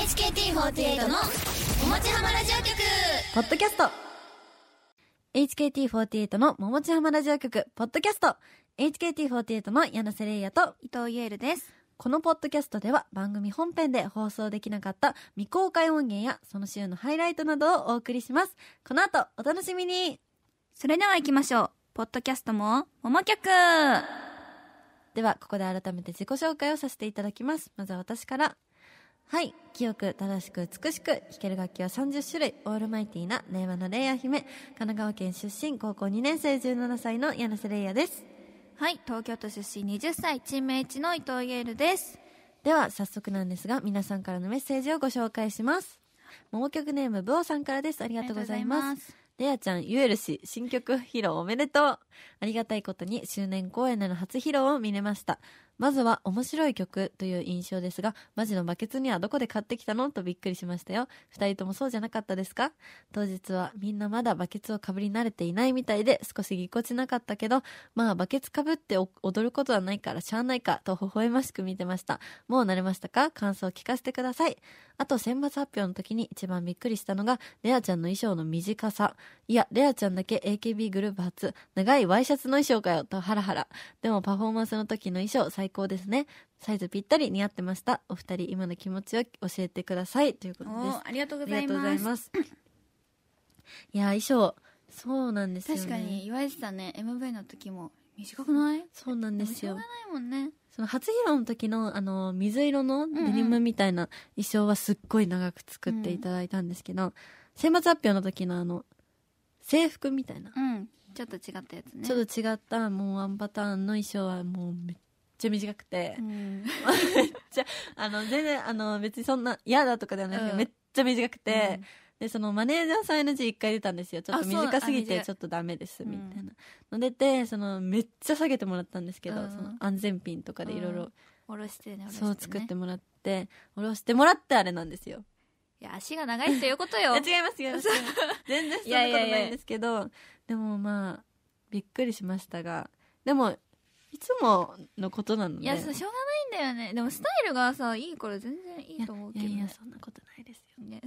HKT48 のおもちはまラジオ局ポッドキャスト HKT48 の桃地浜ラジオ局ポッドキャスト HKT48 の柳瀬玲也と伊藤ゆえるですこのポッドキャストでは番組本編で放送できなかった未公開音源やその週のハイライトなどをお送りしますこの後お楽しみにそれでは行きましょうポッドキャストももも曲ではここで改めて自己紹介をさせていただきますまずは私からはい清く正しく美しく弾ける楽器は30種類オールマイティーな令和のレイヤ姫神奈川県出身高校2年生17歳の柳瀬レイヤですはい東京都出身20歳チーム H の伊藤ゆえるですでは早速なんですが皆さんからのメッセージをご紹介します桃曲ネームブオさんからですありあがとうございますすレアちゃん、ゆえるし、新曲披露おめでとう。ありがたいことに周年公演での初披露を見れました。まずは面白い曲という印象ですが、マジのバケツにはどこで買ってきたのとびっくりしましたよ。二人ともそうじゃなかったですか当日はみんなまだバケツをかぶり慣れていないみたいで少しぎこちなかったけど、まあバケツかぶってお踊ることはないからしゃあないかと微笑ましく見てました。もう慣れましたか感想を聞かせてください。あと選抜発表の時に一番びっくりしたのが、レアちゃんの衣装の短さ。いや、レアちゃんだけ AKB グループ初、長いワイシャツの衣装かよ、とハラハラ。でもパフォーマンスの時の衣装最高ですね。サイズぴったり似合ってました。お二人、今の気持ちを教えてください。ということです。おありがとうごありざがいとうござまいすます。 いや、衣装、そうなんですよね。確かに。言われてたね MV の時も短くないそうなんですもしょようが。ないもんねその初披露の時のあの水色のデニムみたいな衣装はすっごい長く作っていただいたんですけど、選抜発表の時のあの制服みたいな、うんちょっと違ったやつねちょっと違ったもうワンパターンの衣装はもうめっちゃ短くて、 うんあの全然あの別にそんな嫌だとかではないけど、うんめっちゃ短くて、うんでそのマネージャーさん NG1 回出たんですよちょっとあそう短すぎあて短いちょっとダメですうんみたいなの出てそのめっちゃ下げてもらったんですけど、うんその安全ピンとかでいろいろおろしてねおろしてねそう作ってもらって下ろしてもらってあれなんですよ。いや足が長いっていうこと いやよ違います違います。全然そんいなやこいとやいやないんですけどでもまあびっくりしましたがでもいつものことなのでいやそうしょうがないんだよねでもスタイルがさいいから全然いいと思うけど、ね、 いやいやそんなことないですよ。ね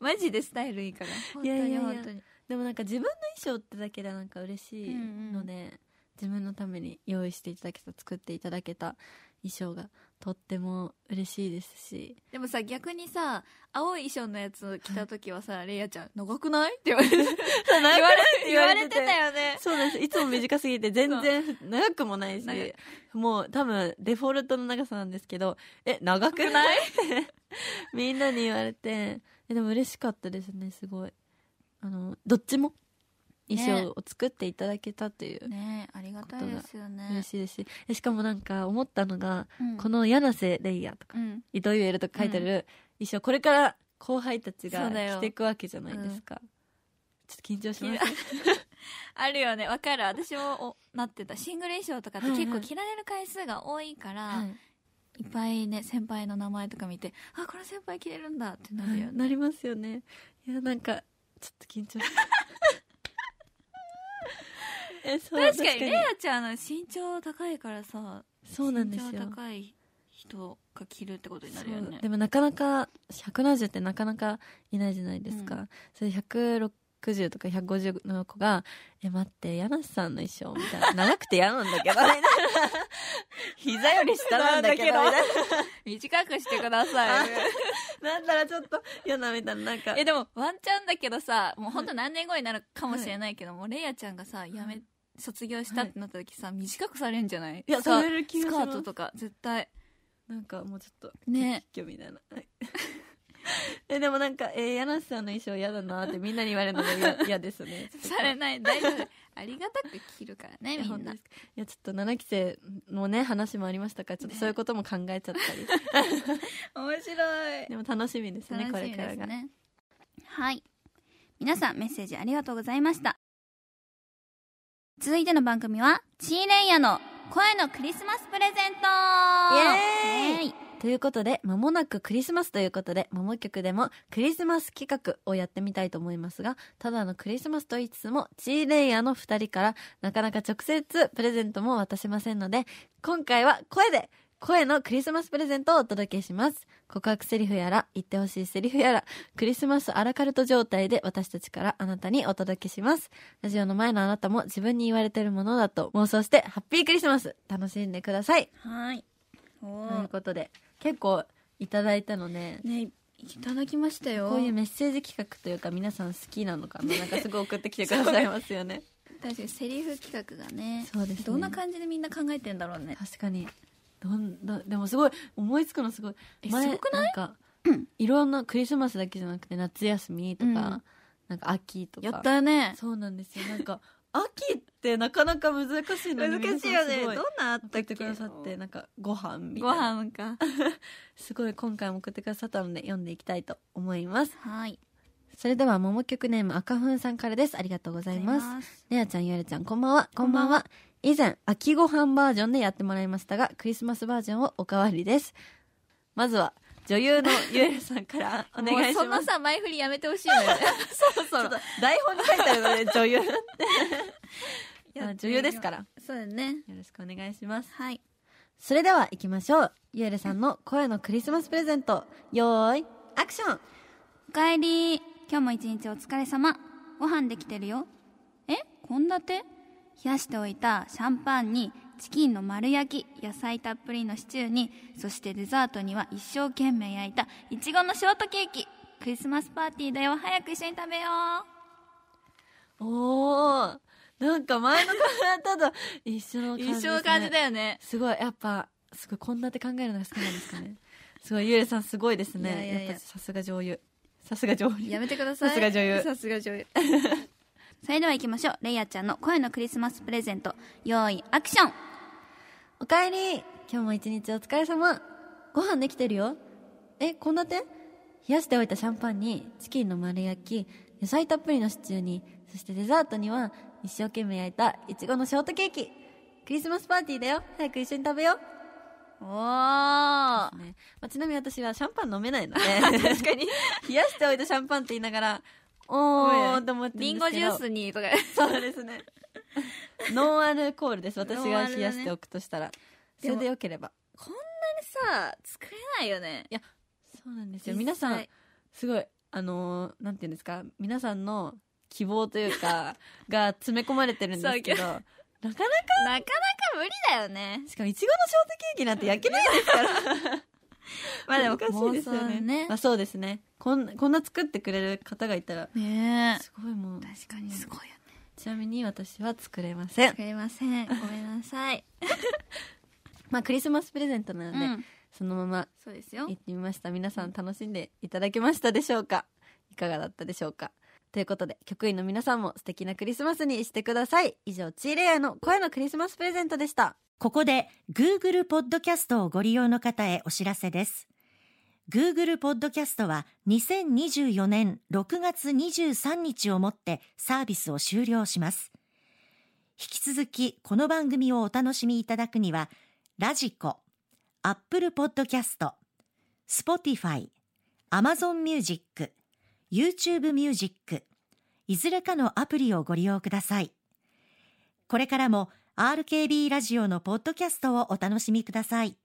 マジでスタイルいい から本い当やいにやいや本当にでもなんか自分の衣装ってだけでなんか嬉しいので、自分のために用意していただけた作っていただけた衣装がとっても嬉しいです しでもさ逆にさ青い衣装のやつを着た時は さレイヤちゃん長くないって言 われて言言われ言われてたよねそうなんですいつも短すぎて全然長くもないし長いもう多分デフォルトの長さなんですけどえ長くないって みんなに言われてえでも嬉しかったですねすごいあのどっちも衣ね装を作っていただけたという、ねえありがたいですよ嬉ね、しいですしえしかもなんか思ったのが、うん、この柳瀬レイヤーとかうん伊藤ゆえるとか書いてある衣装、これから後輩たちそがうだよ着ていくわけじゃないですか、ちょっと緊張しますあるよねわかる私もおなってたシングル衣装とかって結はいは構い着られる回数が多いから、はいい、っぱいね先輩の名前とか見てあこの先輩着れるんだってなるよねなりますよねいやなんかちょっと緊 張しえそう確かにレイヤちゃんの身長高いからさそうなんです身よ長高い人が着るってことになるよそねうでもなかなか170ってなかなかいないじゃないですか、それ160とか150の子が「え待って柳瀬さんの衣装」みたいな「長くて嫌なんだけど」みたいな 膝より下なんだけどみたいな短くしてくださいなんだらちょっと嫌なみたいななんかえでもワンチャンだけどさもう本当何年後になるかもしれないけど、もうレイヤちゃんがさやめ卒業したってなった時さ、短くされんじゃないいやさされる気がスしカまートすとか絶対なんかもうちょっとね今日みたいなえでもなんか、えー、柳瀬さんの衣装嫌だなってみんなに言われるのが 嫌嫌ですねされない大丈夫ありがたく着るからねいやみん本当なですかいやちょっと7期生のね話もありましたからちょっとそういうことも考え ちゃったり、面白いでも楽しみですね楽しみでこれかすらがねはい皆さんメッセージありがとうございました続いての番組はチーレイヤの声のクリスマスプレゼンイエトーイイエーイということで間もなくクリスマスということで「桃曲」でもクリスマス企画をやってみたいと思いますがただのクリスマスと言いつつもチーレイヤーの2人からなかなか直接プレゼントも渡せませんので今回は声で声のクリスマスプレゼントをお届けします。告白セリフやら、言ってほしいセリフやら、クリスマスアラカルト状態で私たちからあなたにお届けします。ラジオの前のあなたも自分に言われてるものだと妄想して、ハッピークリスマス楽しんでくださいはいおとーいうことで、結構いただいたのね、ねいただきましたよこういうメッセージ企画というか皆さん好きなのか ななんかすごい送ってきてくださいますよね。確かにセリフ企画がねそうですねどんな感じでみんな考えてんだろうね確かにどんどんでもすごい思いつくのすごいえすごくないんかいろんなクリスマスだけじゃなくて夏休みとか、うんなんか秋とかやったねそうなんですよなんか秋ってなかなか難しいのに皆さんすごいなあっ送ってくださってなんかご飯みたいごな飯かすごい今回も送ってくださったので読んでいきたいと思いますはいそれでは桃曲ネーム赤粉さんからですありがとうございますすレアちゃん、ゆあれちゃん、こんばんは。こんばんは。以前、秋ご飯バージョンでやってもらいましたが、クリスマスバージョンをおかわりです。まずは、女優のゆえるさんからお願いしもうそまのす。さ前振りやめてほしいのよ そろそろ、 台本に書いてあるので、女優って。やまあ女優ですから。よそうだねろしくお願いします。はいそれでは行きましょう。ゆえるさんの声のクリスマスプレゼント。よーい、アクションおかえり今日も一日お疲れ様ご飯できてるよえ献立冷やしておいたシャンパンにチキンの丸焼き野菜たっぷりのシチューにそしてデザートには一生懸命焼いたいちごのショートケーキクリスマスパーティーだよ早く一緒に食べよおー、なんか前の方と一緒のう感じです、ね。よねすごいやっぱすごいこんなって考えるのが好きなんですか ねすごいゆうれさんすごいですねいやいやいやっぱさすが女優さすが女優やめてくだささいすが女優さすが女優 それでは行きましょうレイヤちゃんの声のクリスマスプレゼント用意アクションおかえり今日も一日お疲れ様ご飯できてるよえこんなて冷やしておいたシャンパンにチキンの丸焼き野菜たっぷりのシチューにそしてデザートには一生懸命焼いたいちごのショートケーキクリスマスパーティーだよ早く一緒に食べよう、おーねまあ、ちなみに私はシャンパン飲めないので 確かに冷やしておいたシャンパンって言いながらおーと思ってるんですけどリンゴジュースにとかそうですね。ノンアルコールです。私ノンアがルだね冷やしておくとしたら。そでもれでよければ。さ作れないよねそうなんですよ。皆さん、すごい、あのーなんていうんですか、皆さんの希望という か、が詰め込まれてるんですけど、なかなか、なかなか無理だよねしかもいちごのショートケーキなんて焼けないですから。 まあでもおかしいですよ妄想ね。ねまあそうですね。こんこんな作ってくれる方がいたら、ねすごいもう、確かにすごいよねちなみに私は作れません。作れませんごめんなさいまあクリスマスプレゼントなので、うんそのままそうですよ行ってみました皆さん楽しんでいただけましたでしょうかいかがだったでしょうかということで局員の皆さんも素敵なクリスマスにしてください以上チーレイヤーの声のクリスマスプレゼントでしたここで Google ポッドキャストをご利用の方へお知らせです。Google ポッドキャストは2024年6月23日をもってサービスを終了します。引き続きこの番組をお楽しみいただくには、ラジコ、Apple ポッドキャスト、Spotify、Amazon Music、YouTube Music、いずれかのアプリをご利用ください。これからも RKB ラジオのポッドキャストをお楽しみください。